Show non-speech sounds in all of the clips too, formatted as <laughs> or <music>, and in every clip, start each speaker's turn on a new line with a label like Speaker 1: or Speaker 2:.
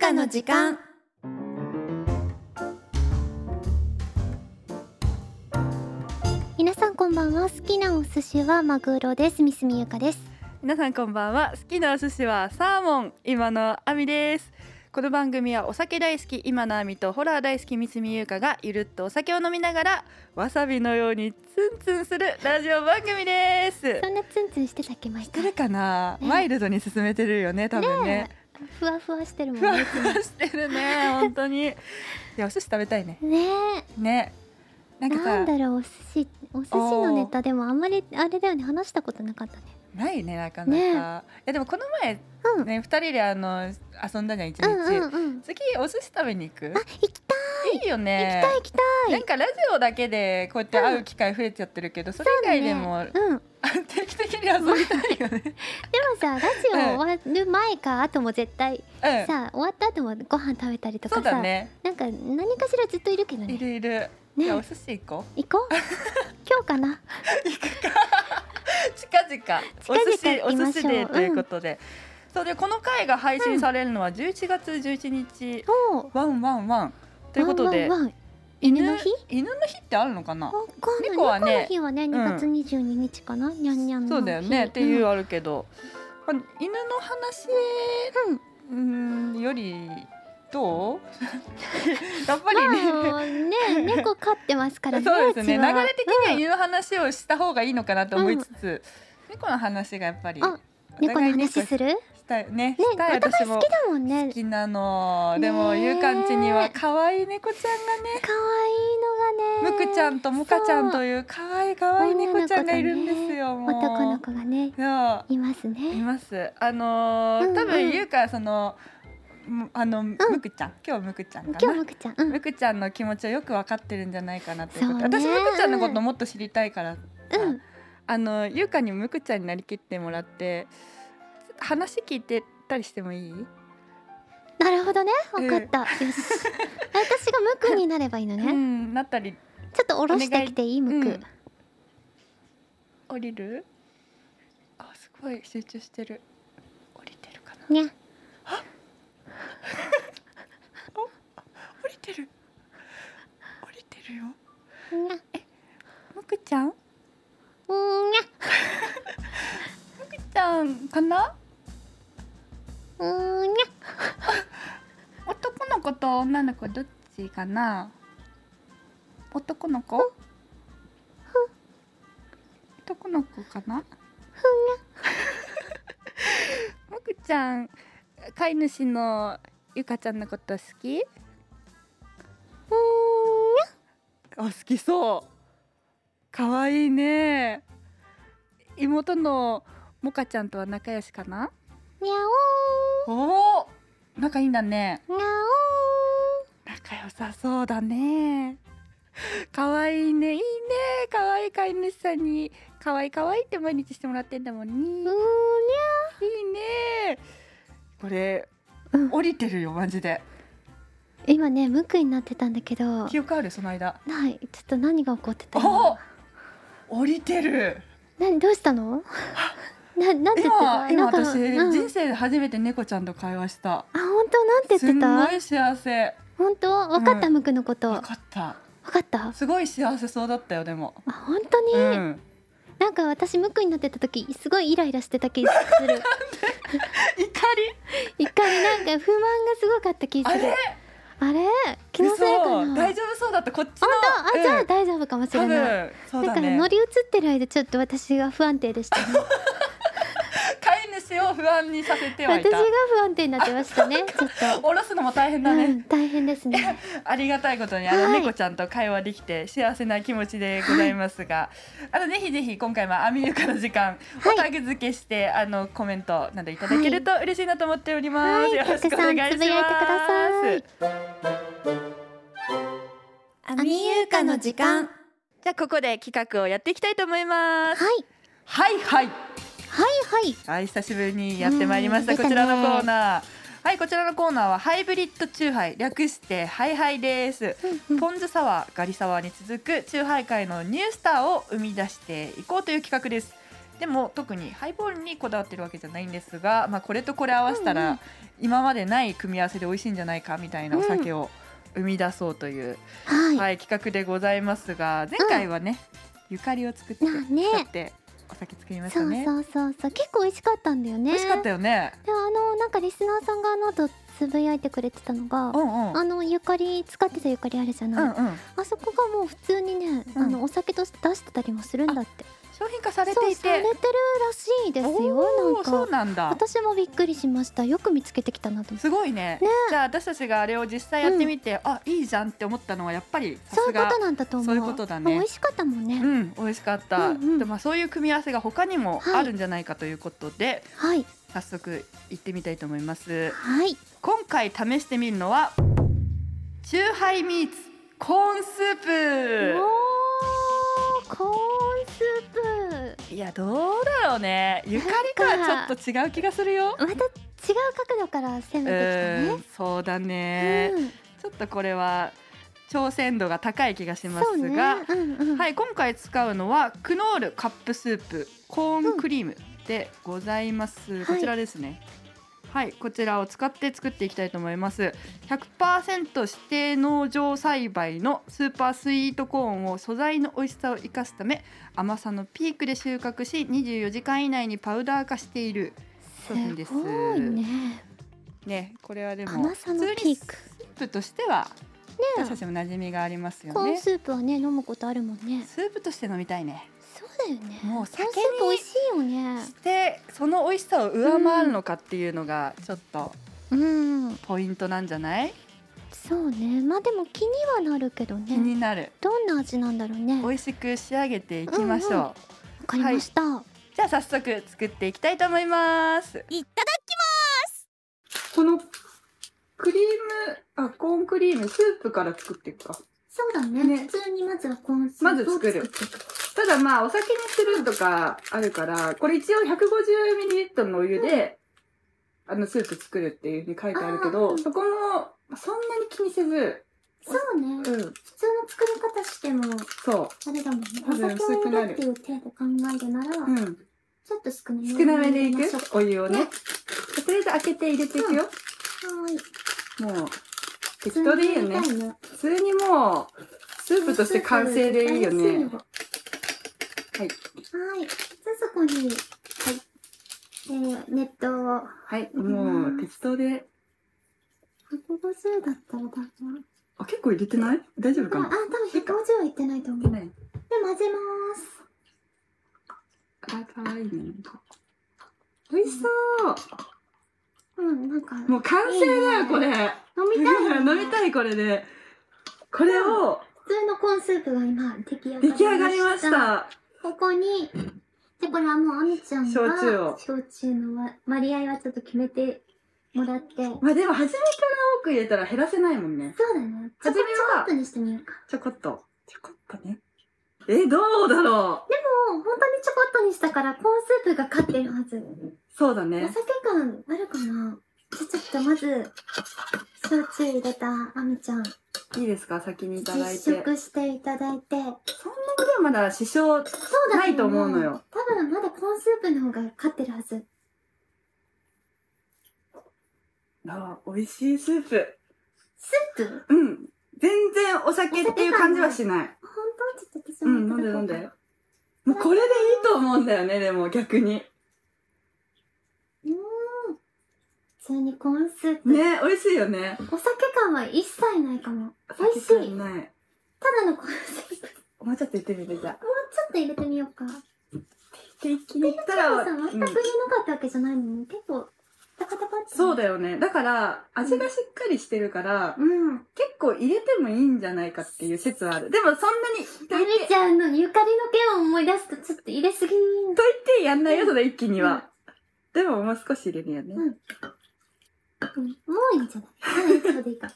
Speaker 1: たの時間
Speaker 2: 皆さんこんばんは好きなお寿司はマグロですみすみゆかです
Speaker 1: 皆さんこんばんは好きなお寿司はサーモン今のあみですこの番組はお酒大好き今のあみとホラー大好き三角優香がゆるっとお酒を飲みながらわさびのようにツンツンするラジオ番組です
Speaker 2: そんなツンツンしてたっけまし
Speaker 1: したてるかな、
Speaker 2: ね
Speaker 1: ワイルドに進めてるよね多分ね
Speaker 2: ふわふわしてるもん
Speaker 1: ふわ
Speaker 2: ね
Speaker 1: ふわしてる
Speaker 2: <laughs>
Speaker 1: ね本当にいやお寿司食べたいね
Speaker 2: ね
Speaker 1: ねなん
Speaker 2: え
Speaker 1: か
Speaker 2: な
Speaker 1: さ
Speaker 2: んだろうお寿司お寿司のネタでもあんまりあれだよね話したことなかったね
Speaker 1: ないねなかなか、
Speaker 2: ね
Speaker 1: いやでもこの前
Speaker 2: うん
Speaker 1: ね二人であの遊んだじゃん一日、
Speaker 2: うんうんうん
Speaker 1: 次お寿司食べに行く
Speaker 2: あ行きた
Speaker 1: いいよ
Speaker 2: い行き
Speaker 1: ね
Speaker 2: たい行きたい
Speaker 1: なんかラジオだけでこうやって会う機会増えちゃってるけど、それ以外でも、
Speaker 2: ねうんでも
Speaker 1: 定期的に遊びたいよ
Speaker 2: <laughs>
Speaker 1: ね。
Speaker 2: さラジオ終わる前か後も絶対
Speaker 1: うん、
Speaker 2: さ終わった後もご飯食べたりとか
Speaker 1: そ
Speaker 2: さ
Speaker 1: うだね。
Speaker 2: なんか何かしらずっといるけど
Speaker 1: い
Speaker 2: ね
Speaker 1: るいる。
Speaker 2: ね
Speaker 1: じゃあお寿司行こう。
Speaker 2: 行
Speaker 1: <laughs>
Speaker 2: こう今日かな
Speaker 1: 近々お寿司
Speaker 2: 行
Speaker 1: お
Speaker 2: きましょう
Speaker 1: 寿司でということで。そうでこの回が配信されるのは11月11日、
Speaker 2: おう
Speaker 1: ワンワンワンということで
Speaker 2: ワンワンワン犬の日
Speaker 1: 犬の日ってあるのかな。
Speaker 2: わかんない
Speaker 1: 猫はね
Speaker 2: 猫の日はね、2月22日かな、にゃんにゃんの日。
Speaker 1: そうだよねっていう
Speaker 2: うん。
Speaker 1: あるけど、まあ犬の話うんよりど
Speaker 2: <laughs>
Speaker 1: うやっぱりね、
Speaker 2: まあね、
Speaker 1: <laughs>
Speaker 2: 猫飼ってますからね。
Speaker 1: そうですね
Speaker 2: う
Speaker 1: 流
Speaker 2: ちは
Speaker 1: れ的には犬の話をした方がいいのかなと思いつつ、猫の話がやっぱり
Speaker 2: あ猫の話す
Speaker 1: る
Speaker 2: る。ね、
Speaker 1: したいね
Speaker 2: お
Speaker 1: したい
Speaker 2: 互
Speaker 1: 私
Speaker 2: い好
Speaker 1: も
Speaker 2: きだもんね
Speaker 1: 好。きなの、
Speaker 2: ね
Speaker 1: でもゆうかんちには可愛い猫ちゃ
Speaker 2: 可愛い
Speaker 1: ん
Speaker 2: の
Speaker 1: が
Speaker 2: が
Speaker 1: ね
Speaker 2: ね。
Speaker 1: むくちゃんともかちゃんという可愛い可愛い猫ちゃんがいるんですよもう
Speaker 2: 男の子がね、
Speaker 1: そう
Speaker 2: います
Speaker 1: い
Speaker 2: ね。
Speaker 1: ます。あのー
Speaker 2: うんうん
Speaker 1: 多分ゆうかはそのむあの、むくちゃん今日むくちゃん
Speaker 2: 今
Speaker 1: か
Speaker 2: 日
Speaker 1: な
Speaker 2: む。くちゃん、うん、
Speaker 1: むくちゃんの気持ちをよくわかってるんじゃないかなということで、
Speaker 2: そうね
Speaker 1: 私むくちゃんのこともっと知りたいから、
Speaker 2: うん、
Speaker 1: あのゆうかにむくちゃんになりきってもらって話聞いてたりしてもいい？
Speaker 2: なるほどね、わかった。よし。 <laughs> 私がむくになればいいの
Speaker 1: う
Speaker 2: ね。
Speaker 1: んなったり
Speaker 2: ちょっと下ろしてきていいむ
Speaker 1: う
Speaker 2: く
Speaker 1: ん。降りる？あすごい集中してる。降りてるかな？
Speaker 2: ね、
Speaker 1: 降りてる。降りてるよ。
Speaker 2: にゃ、
Speaker 1: むくちゃん？む
Speaker 2: うんにゃ、
Speaker 1: くちゃんかな？
Speaker 2: うんにゃ。
Speaker 1: 男の子と女の子どっちかな男の子男の子か <laughs> なふんもくちゃん飼い主のゆかちゃんのこと好き
Speaker 2: うーんに
Speaker 1: あ
Speaker 2: ゃ
Speaker 1: 好きそうかわいいね妹のもかちゃんとは仲良しかな
Speaker 2: にゃ
Speaker 1: おお仲いいんだね
Speaker 2: おーにゃ
Speaker 1: 仲良さそうだね。可愛いね、いいね、可愛い飼い主さんに、可愛い可愛いって毎日してもらってんだもん
Speaker 2: おーうー
Speaker 1: ね。いいね。これ、
Speaker 2: にゃ、うん、
Speaker 1: 降りてるよ、マジで。
Speaker 2: 今ね無垢になってたんだけど
Speaker 1: 記憶ある、その間。
Speaker 2: ないちょっと何が起こってた
Speaker 1: お
Speaker 2: の
Speaker 1: お。降りてる。
Speaker 2: 何どうし
Speaker 1: <laughs>
Speaker 2: たのななんて言って
Speaker 1: 今、
Speaker 2: た
Speaker 1: 今、
Speaker 2: なんか
Speaker 1: 私、
Speaker 2: うん
Speaker 1: 人生で初めて猫ちゃんと会話した。
Speaker 2: あ本当なんて言っ
Speaker 1: す
Speaker 2: て
Speaker 1: んご
Speaker 2: た
Speaker 1: い幸せ。
Speaker 2: 本当わかった、
Speaker 1: うん
Speaker 2: 無垢のこと
Speaker 1: わ
Speaker 2: わ
Speaker 1: かった。
Speaker 2: かった
Speaker 1: すごい幸せそうだったよ、でも。
Speaker 2: あ本当に、
Speaker 1: うん。
Speaker 2: なんか私無垢になってた時すごいイライラしてた気がす
Speaker 1: 怒り。
Speaker 2: る <laughs> 一回なんか不満がすごかった気が
Speaker 1: あ
Speaker 2: する
Speaker 1: れ。
Speaker 2: あれ気のせいか
Speaker 1: 嘘
Speaker 2: な
Speaker 1: 大丈夫そうだった、こっちの。
Speaker 2: 本当あじゃ
Speaker 1: う
Speaker 2: あ
Speaker 1: ん
Speaker 2: 大丈夫かもし
Speaker 1: 多
Speaker 2: れない、
Speaker 1: 分そう
Speaker 2: だ
Speaker 1: だ
Speaker 2: から
Speaker 1: ね
Speaker 2: 乗り移ってる間ちょっと私が不安定
Speaker 1: <laughs>
Speaker 2: でしたね
Speaker 1: 飼い主を不安にさせてはい
Speaker 2: 私
Speaker 1: た
Speaker 2: が不安定になってましたねちょっと、
Speaker 1: 下ろすのも大変だ
Speaker 2: う
Speaker 1: ね、
Speaker 2: ん、大変で
Speaker 1: <laughs>
Speaker 2: すね
Speaker 1: ありがたいことにあの
Speaker 2: はい
Speaker 1: 猫ちゃんと会話できて幸せな気持ちでございますが、あのぜひぜひ今回もアミユカの時間
Speaker 2: はい
Speaker 1: おタグ付けしてあのコメントなどいただけると嬉しいなと思っております、
Speaker 2: はい
Speaker 1: よろしくお願いします
Speaker 2: たくさんつぶやいてください
Speaker 1: ア
Speaker 2: ミユカの時間
Speaker 1: じゃあここで企画をやっていきたいと思います
Speaker 2: はい
Speaker 1: はいはい
Speaker 2: はいはい
Speaker 1: はい、久しぶりにやってまいりました、
Speaker 2: うん
Speaker 1: こちらのコーナー。はい、こちらのコーナーはハイブリッドチューハイ、略してハイハイです。ポン酢サワー、ガリサワーに続くチューハイ界のニュースターを生み出していこうという企画です。でも特にハイボールにこだわってるわけじゃないんですが、まあ、これとこれ合わせた
Speaker 2: うんう
Speaker 1: ら
Speaker 2: ん
Speaker 1: 今までない組み合わせで美味しいんじゃないかみたいなお酒を生み出そうという、
Speaker 2: はい、
Speaker 1: はい、企画でございますが前回はね、ゆかりを作って
Speaker 2: なあね
Speaker 1: 使ってお酒作りました
Speaker 2: そう
Speaker 1: ね。
Speaker 2: そうそうそう結構美味しかったんだよね
Speaker 1: 美味しかったよね。
Speaker 2: であのなんかリスナーさんがあの後つぶやいてくれてたのが、
Speaker 1: うんうん。
Speaker 2: あのゆかり使ってたゆかりあるじゃ
Speaker 1: う
Speaker 2: ない、
Speaker 1: んうん。
Speaker 2: あそこがもう普通にね、
Speaker 1: うん
Speaker 2: あのお酒として出してたりもするんだって
Speaker 1: 商品化され
Speaker 2: そ
Speaker 1: て
Speaker 2: う
Speaker 1: い
Speaker 2: され
Speaker 1: て
Speaker 2: てる。らしいですよ
Speaker 1: おー
Speaker 2: なん
Speaker 1: そ
Speaker 2: か
Speaker 1: うなんだ。
Speaker 2: 私もびっくりしましたよく見つけてきたなと思って
Speaker 1: すごいねじゃあ私たちがあれを実際やってみて、あいいじゃんって思ったのはやっぱりさ
Speaker 2: そ
Speaker 1: す
Speaker 2: ういうこ
Speaker 1: が
Speaker 2: となんだと思う
Speaker 1: そういうことだね
Speaker 2: あ美味しかったもんね、
Speaker 1: うん美味しかった、
Speaker 2: うんうん
Speaker 1: でまあ、そういう組み合わせが他にも
Speaker 2: はい
Speaker 1: あるんじゃないかということで、
Speaker 2: はい
Speaker 1: 早速行ってみたいと思います
Speaker 2: はい
Speaker 1: 今回試してみるのはチューハイミーツコーンスー
Speaker 2: おーコーンスープ
Speaker 1: プいやどうだろうねゆかりかはちょっと違う気がするよ
Speaker 2: また違う角度から攻
Speaker 1: う
Speaker 2: めて
Speaker 1: んそうだ
Speaker 2: きたね
Speaker 1: ね、
Speaker 2: うん
Speaker 1: ちょっとこれは挑戦度が高い気がしま
Speaker 2: そう
Speaker 1: す
Speaker 2: ね
Speaker 1: が、
Speaker 2: うんうん
Speaker 1: はい、今回使うのはクノールカップスープコーンクリームでございます、
Speaker 2: い
Speaker 1: こちらですねはい、こちらを使って作っていきたいと思います100%指定農場栽培のスーパースイートコーンを素材の美味しさを生かすため甘さのピークで収穫し24時間以内にパウダー化している商品です
Speaker 2: すごいね
Speaker 1: ねこれはでも
Speaker 2: 甘さのピーク
Speaker 1: 普通にスープとしては
Speaker 2: ね
Speaker 1: 私たちも馴染みがありますよ
Speaker 2: コーン
Speaker 1: ね
Speaker 2: スープはね飲むことあるもんね
Speaker 1: スープとして飲みたいね
Speaker 2: そうだよね
Speaker 1: もう
Speaker 2: コー
Speaker 1: 酒に
Speaker 2: ンスープ美味しいよね
Speaker 1: してその美味しさを上回るのかっていうのがちょっと
Speaker 2: うん
Speaker 1: ポイントなんじゃない、
Speaker 2: そうねまあでも気にはなるけど
Speaker 1: 気
Speaker 2: ね
Speaker 1: になる
Speaker 2: どんな味なんだろうね
Speaker 1: 美
Speaker 2: わ
Speaker 1: 味しく仕上げていきましょう、
Speaker 2: うんうんかりました、
Speaker 1: じゃあ早速作っていきたいと思います
Speaker 3: いただ
Speaker 1: このクリームあコーンクリームスープから作っていくか
Speaker 2: そうだね
Speaker 1: ね
Speaker 2: 普通にまずはコーンス
Speaker 1: まず作るただまあお酒にするとかあるからこれ一応 150ml のお湯で、あのスープ作るっていうふうに書いてあるけ
Speaker 2: あーう
Speaker 1: ど
Speaker 2: ん
Speaker 1: そこもまあそんなに気にせず
Speaker 2: そうね
Speaker 1: うん
Speaker 2: 普通の作り方しても
Speaker 1: そ
Speaker 2: あれだもんね
Speaker 1: 多分薄くなる
Speaker 2: お酒を入れるっていう程度考えるなら、
Speaker 1: ううん
Speaker 2: ちょっと少なめ
Speaker 1: 少なめでい
Speaker 2: 入
Speaker 1: く
Speaker 2: れましょ
Speaker 1: お湯をね
Speaker 2: ね
Speaker 1: とりあえず開けて入れていくよ、
Speaker 2: うはーい
Speaker 1: もう適当でいいよね
Speaker 2: 普通に入れたい
Speaker 1: 普通にもうスープとして完成でいいよ
Speaker 2: スープ入れ
Speaker 1: ね
Speaker 2: たい
Speaker 1: はい
Speaker 2: ですよはいじゃあそこにはいえー、熱湯を
Speaker 1: はい
Speaker 2: うん
Speaker 1: もう適当で
Speaker 2: 150だったらだな
Speaker 1: あ結構入れてない大丈夫か
Speaker 2: あ、あ
Speaker 1: な
Speaker 2: 多分150はいってないと思う。で、
Speaker 1: ね
Speaker 2: 混ぜます。
Speaker 1: あ可愛いね美味しそう、
Speaker 2: うん、なんか、飲
Speaker 1: もう完成だよ
Speaker 2: いいね
Speaker 1: これ
Speaker 2: みたい、ね。
Speaker 1: <laughs> 飲みたいこれでこれを
Speaker 2: 普通のコーンスープが今、出来上がり
Speaker 1: 出
Speaker 2: ました。
Speaker 1: 来上がりました
Speaker 2: ここに、で、これはもう、あみちゃんが、
Speaker 1: 焼酎を
Speaker 2: 焼酎のわ割合はちょっと決めてもらって、そう
Speaker 1: まあでも初めから多く入れたら減らせないもんね
Speaker 2: だね。ちょ
Speaker 1: 初
Speaker 2: こ
Speaker 1: めは
Speaker 2: ちょこっとにしてみようか。
Speaker 1: ちょこっとちょこっとねえどうだろう
Speaker 2: もう、本当にちょこっとにしたから、コーンスープが勝ってるはず。
Speaker 1: そうだ
Speaker 2: お
Speaker 1: ね
Speaker 2: 酒感あるかなじゃあちょっとまず、焼酎入れたあみちゃん、
Speaker 1: いいですか先にいただいてそん
Speaker 2: 実
Speaker 1: なに
Speaker 2: 食していただいて、
Speaker 1: でもまだ支障
Speaker 2: そうだ
Speaker 1: ないと思うのよ。
Speaker 2: 多分まだコーンスープの方が勝ってるはず。
Speaker 1: あ美味しいスープ
Speaker 2: スープ
Speaker 1: うん全然お酒っていう感じはしない
Speaker 2: 本当ちょっと私
Speaker 1: う
Speaker 2: も
Speaker 1: ん飲んで
Speaker 2: いただこ
Speaker 1: 飲
Speaker 2: うん
Speaker 1: でもうこれでいいと思うんだよねでも逆に
Speaker 2: うーん。普通にコーンスープ。
Speaker 1: ね美味しいよね
Speaker 2: お酒感は一切ないかも。美味し
Speaker 1: 酒感
Speaker 2: い。
Speaker 1: ない
Speaker 2: ただのコーンスープ。もう
Speaker 1: もうちょっと言ってみてじゃあ
Speaker 2: ちょっと入れてみようか。
Speaker 1: 適気にいったら、
Speaker 2: さん全く入
Speaker 1: う
Speaker 2: れなんかったわけじゃないのに、結構、タカタカって。
Speaker 1: そう
Speaker 2: だ。
Speaker 1: だよねだから味がしっかりしてるから、
Speaker 2: うん。
Speaker 1: 結構入れてもいいんじゃないかっていう説はあるでもそんなにと言
Speaker 2: あ
Speaker 1: っ
Speaker 2: み
Speaker 1: て
Speaker 2: ちゃんのゆかりの件を思い出すと、ちょっと入れすぎ
Speaker 1: と言ってやんないよそれ一気には、でももう少し入れるよね、
Speaker 2: うんうんもういいんじゃないうんそうでいいか。
Speaker 1: こ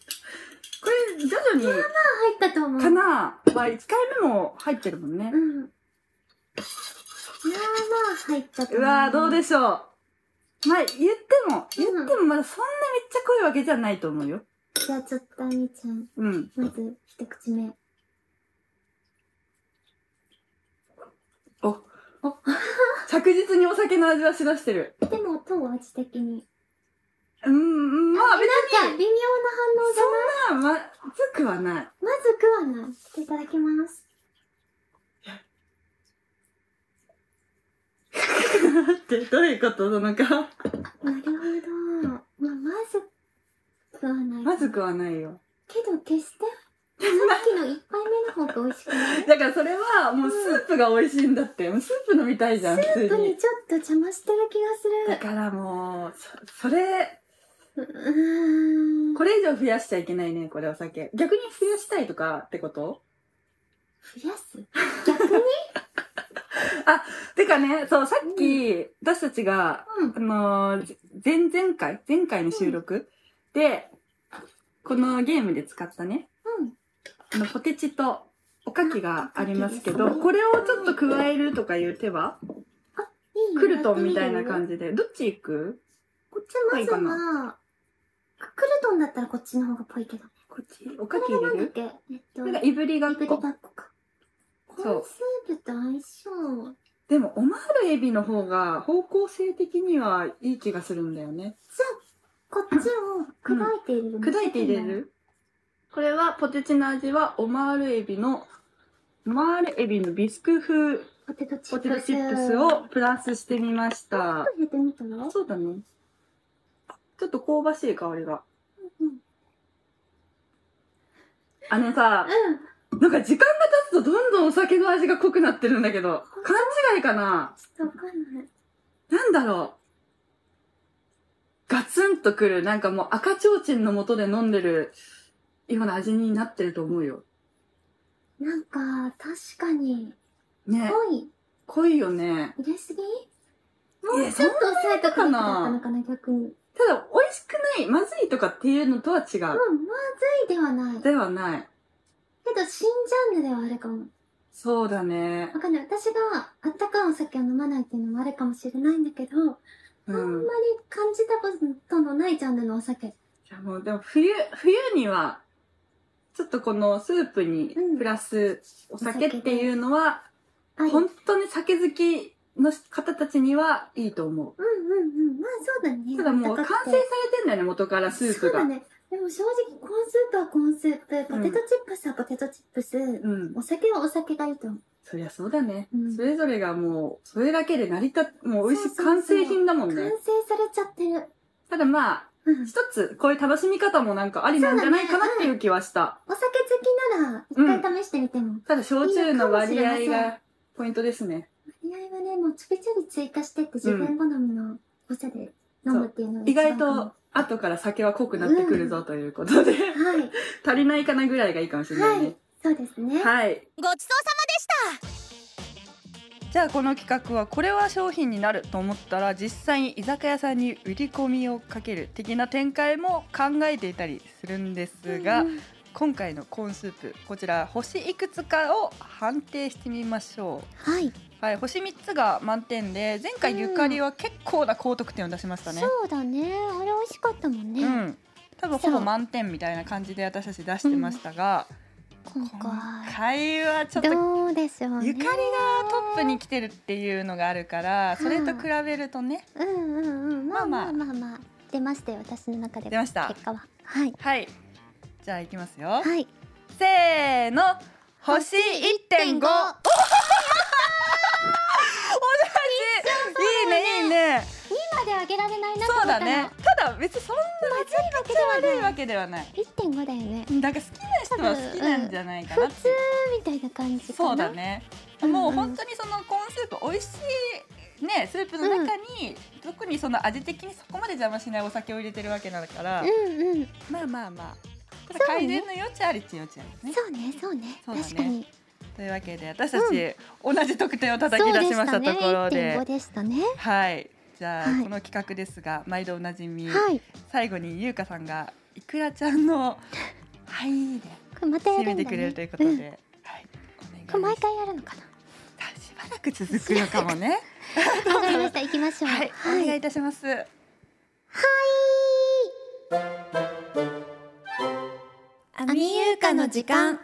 Speaker 1: れ徐々に
Speaker 2: 入ったと思う。
Speaker 1: かな、まあ、1回目も入ってるもんね
Speaker 2: う、ん。まあまあ入ったと
Speaker 1: うわーどうで
Speaker 2: し
Speaker 1: しょうまあ言っても言ってもまだそんなめっちゃ濃いわけじゃないと思うよ
Speaker 2: ょうじゃあちょっとあみちゃん、
Speaker 1: うん
Speaker 2: まず一口目。
Speaker 1: おおちょっ着実にお酒の味はしだしてる
Speaker 2: でもどう味的に
Speaker 1: うんまあ別
Speaker 2: なんか微妙な反応じゃない
Speaker 1: にまずくはない
Speaker 2: まずくはないちょっといただきます
Speaker 1: ってどういうことなのか
Speaker 2: なるほどまあまずくはない
Speaker 1: まずくはないよ
Speaker 2: けど決
Speaker 1: <laughs>
Speaker 2: してさっきの一杯目の方が美味しくない
Speaker 1: だからそれはもうスープが美味しいんだってもうスープ飲みたいじゃん普
Speaker 2: スー
Speaker 1: 通
Speaker 2: プに
Speaker 1: に
Speaker 2: ちょっと邪魔してる気
Speaker 1: だ
Speaker 2: が
Speaker 1: からもうそそれ
Speaker 2: するうーん
Speaker 1: これ以上増やしちゃいけないねこれお酒逆に増やしたいとかってこと
Speaker 2: 増
Speaker 1: <laughs>
Speaker 2: やす逆に
Speaker 1: てかねそうさっき、私たちが
Speaker 2: うん
Speaker 1: あのー前々回前回の収録、でこのゲームで使ったね
Speaker 2: うん
Speaker 1: あのポテチとおかきがありますけ
Speaker 2: お
Speaker 1: ど
Speaker 2: かきですね
Speaker 1: これをちょっと加えるとかいう手はい
Speaker 2: いよ
Speaker 1: クルトンみたいな感
Speaker 2: じ
Speaker 1: じでどっち行く
Speaker 2: こっちまず
Speaker 1: いいか
Speaker 2: はクルトンだったらこっちの方がぽいけど
Speaker 1: こっちお
Speaker 2: こ
Speaker 1: かき
Speaker 2: れ
Speaker 1: 入
Speaker 2: が
Speaker 1: れ
Speaker 2: なんだっ
Speaker 1: る
Speaker 2: けえっと
Speaker 1: なんかいぶりがっ
Speaker 2: エブリ
Speaker 1: こ
Speaker 2: バッコか
Speaker 1: そ
Speaker 2: こ
Speaker 1: う
Speaker 2: のスープと相性
Speaker 1: でもオマールエビの方が方向性的にはいい気がするんだよね
Speaker 2: こっちを砕いて入れる、
Speaker 1: 砕いて入れるこれはポテチの味はオマールエビのオマールエビのビスク風
Speaker 2: ポテトチ
Speaker 1: ポ
Speaker 2: ップ
Speaker 1: テ
Speaker 2: ス
Speaker 1: トチップスをプラスしてみまし
Speaker 2: ちょったと入れてみたら
Speaker 1: そうだねちょっと香ばしい香りが
Speaker 2: うんうん
Speaker 1: あのさなんか時間が経つとどんどんお酒の味が濃くなってるんだけど勘違いかな
Speaker 2: ちょっとわかんない
Speaker 1: なんだろうガツンとくるなんかもう赤ちょうちんのもとで飲んでるような味になってると思うよ
Speaker 2: なんか確かに
Speaker 1: ね
Speaker 2: 濃い
Speaker 1: 濃いよね
Speaker 2: 入れすぎ
Speaker 1: もう
Speaker 2: ちょっと抑えとくべきだったの
Speaker 1: な
Speaker 2: かな逆にうん
Speaker 1: ただ美味しくないまずいとかっていうのとは違
Speaker 2: ま
Speaker 1: う、
Speaker 2: ずいではないけ
Speaker 1: ではない
Speaker 2: ど新ジャンルではあるかも
Speaker 1: そうだね
Speaker 2: わかんない私があったかいお酒を飲まないっていうのもあるかもしれないんだけど、
Speaker 1: う
Speaker 2: あんま
Speaker 1: ん
Speaker 2: り
Speaker 1: い
Speaker 2: 感じたことのないジャンルのお酒
Speaker 1: やもうでも冬冬にはちょっとこのスープに
Speaker 2: うん
Speaker 1: プラスお酒っていうのは、
Speaker 2: ありうんうん
Speaker 1: 本当に酒好きの方たちにはいいと思う
Speaker 2: うんまあそうだね
Speaker 1: ただもう
Speaker 2: あ
Speaker 1: 完
Speaker 2: っか
Speaker 1: 成
Speaker 2: くて
Speaker 1: されてんだよね元からスープ
Speaker 2: そう
Speaker 1: が
Speaker 2: だねでも正直コーンスープはコーンスープポテトチップスはポテトチップス、
Speaker 1: うん
Speaker 2: お酒はお酒がいいと思う
Speaker 1: そりゃそうだね、
Speaker 2: うん
Speaker 1: それぞれがもうそれだけで成り立っもう美味しい
Speaker 2: そうそう
Speaker 1: 完
Speaker 2: そう
Speaker 1: 成品だもん
Speaker 2: 完
Speaker 1: ね
Speaker 2: 成されちゃってる、
Speaker 1: ただまあ
Speaker 2: うん、
Speaker 1: 一つこういう楽しみ方もなんかありなんじゃないかなっていう気はした、
Speaker 2: お酒好きなら一回試してみても、
Speaker 1: ただ焼酎の割
Speaker 2: い
Speaker 1: 合
Speaker 2: いかもしれませ
Speaker 1: がポイントですね
Speaker 2: 割合はねもうちょびちょび追加してって自分好みの濃さで飲むっていうのが
Speaker 1: 意
Speaker 2: 一番
Speaker 1: 外
Speaker 2: かも
Speaker 1: と後から酒は濃くなってくるぞということで、
Speaker 2: はい
Speaker 1: <laughs> 足りないかなぐらいがいいかもしれない
Speaker 2: は
Speaker 1: ね
Speaker 2: いそうですね
Speaker 1: はい、
Speaker 3: ごちそうさ
Speaker 1: じゃあこの企画はこれは商品になると思ったら実際に居酒屋さんに売り込みをかける的な展開も考えていたりするんですが、
Speaker 2: うん
Speaker 1: 今回のコーンスープこちら星いくつかを判定してみましょう
Speaker 2: はい
Speaker 1: はい、星三つが満点で、前回ゆかりは結構な高得点を出しましたね。
Speaker 2: うだねあれ美味しかったもん
Speaker 1: う、ん、多分ほぼ満点みたいな感じで私たち出してましたが、今回はちょっと
Speaker 2: どうでしょう
Speaker 1: ゆかりがトップに来てるっていうのがあるから、それと比べるとね、
Speaker 2: うんうんうん
Speaker 1: まあまあ
Speaker 2: まあまあ出ましたよ私の中で
Speaker 1: 出ました。
Speaker 2: 果ははい
Speaker 1: はい、じゃあ行きますよ。
Speaker 2: い
Speaker 1: せーの、星一点五。いいねいいね。
Speaker 2: まで上げられないなと思
Speaker 1: そう
Speaker 2: った
Speaker 1: だ
Speaker 2: の
Speaker 1: ね。ただ別にそんなめちゃくちゃ悪いわけではない。
Speaker 2: 1.5だよね
Speaker 1: なんか好きな人は好きなんじゃないかなっていう。
Speaker 2: みたいな感じかな
Speaker 1: そうだね。
Speaker 2: うんうん
Speaker 1: もう本当にそのコーンスープ美味しいねスープの中に、特にその味的にそこまで邪魔しないお酒を入れてるわけだから、
Speaker 2: うんうん
Speaker 1: まあまあまあ。ただ
Speaker 2: そうね
Speaker 1: 改善の余地ありっちゃ余地あるね。
Speaker 2: そうねそうね
Speaker 1: そうだね
Speaker 2: 確かに
Speaker 1: というわけで私たち、同じ得点を叩き出しましたところで、
Speaker 2: そうでしたね
Speaker 1: はい。じゃあ、
Speaker 2: はい
Speaker 1: この企画ですが毎度おなじみ、
Speaker 2: 1.5でしたねはい
Speaker 1: 最後にゆうかさんがいくらちゃんの「はい」で
Speaker 2: これまたや
Speaker 1: 締
Speaker 2: るんだ
Speaker 1: めて
Speaker 2: ね
Speaker 1: くれるということで、
Speaker 2: ん
Speaker 1: はい
Speaker 2: これ毎回やるのかな
Speaker 1: しばらく続くのかもね。
Speaker 2: わかりました行きましょう
Speaker 1: はい、お願いいたします。
Speaker 3: まででしたアミユーカの時間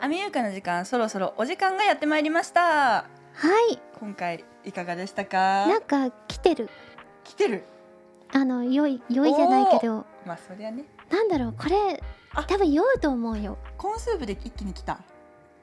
Speaker 1: アアミユーカの時間そろそろお時間がやってまいりました
Speaker 2: はい
Speaker 1: 今回いかがでしたか
Speaker 2: なんか来てる
Speaker 1: 来てる
Speaker 2: あの良い良いじゃないけど
Speaker 1: まあそりゃね
Speaker 2: なんだろうこれ
Speaker 1: あ
Speaker 2: 多分酔うと思うよ
Speaker 1: コーンスープで一気に来た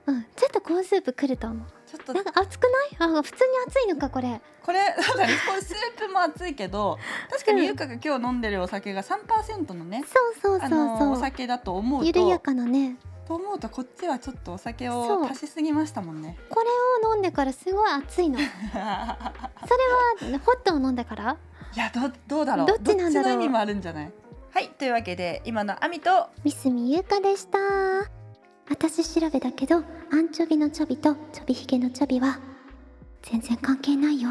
Speaker 2: うんちょっとコーンスープ来ると思う
Speaker 1: ちょっと
Speaker 2: なんか熱くないあ普通に熱いのかこれ
Speaker 1: これなんかねコーンスープも熱いけど確かにゆうかが今日飲んでるお酒が3%のね
Speaker 2: そうそうそ
Speaker 1: あ
Speaker 2: う
Speaker 1: のお
Speaker 2: そう
Speaker 1: 酒だと思う
Speaker 2: 緩や
Speaker 1: と
Speaker 2: かなね
Speaker 1: と思うとこっちはちょっとお酒
Speaker 2: そ
Speaker 1: を
Speaker 2: う
Speaker 1: 足しすぎましたもんね
Speaker 2: これを飲んでからすごい
Speaker 1: <laughs>
Speaker 2: 熱いのそれはホットを飲んだから
Speaker 1: いやどどうだろう
Speaker 2: どっちなんだろ
Speaker 1: どっちの
Speaker 2: う
Speaker 1: 意味もあるんじゃないはいというわけで今のアミと
Speaker 2: ミスミユカでした私調べだけどアンチョビのチョビとチョビヒゲのチョビは全然関係ないよ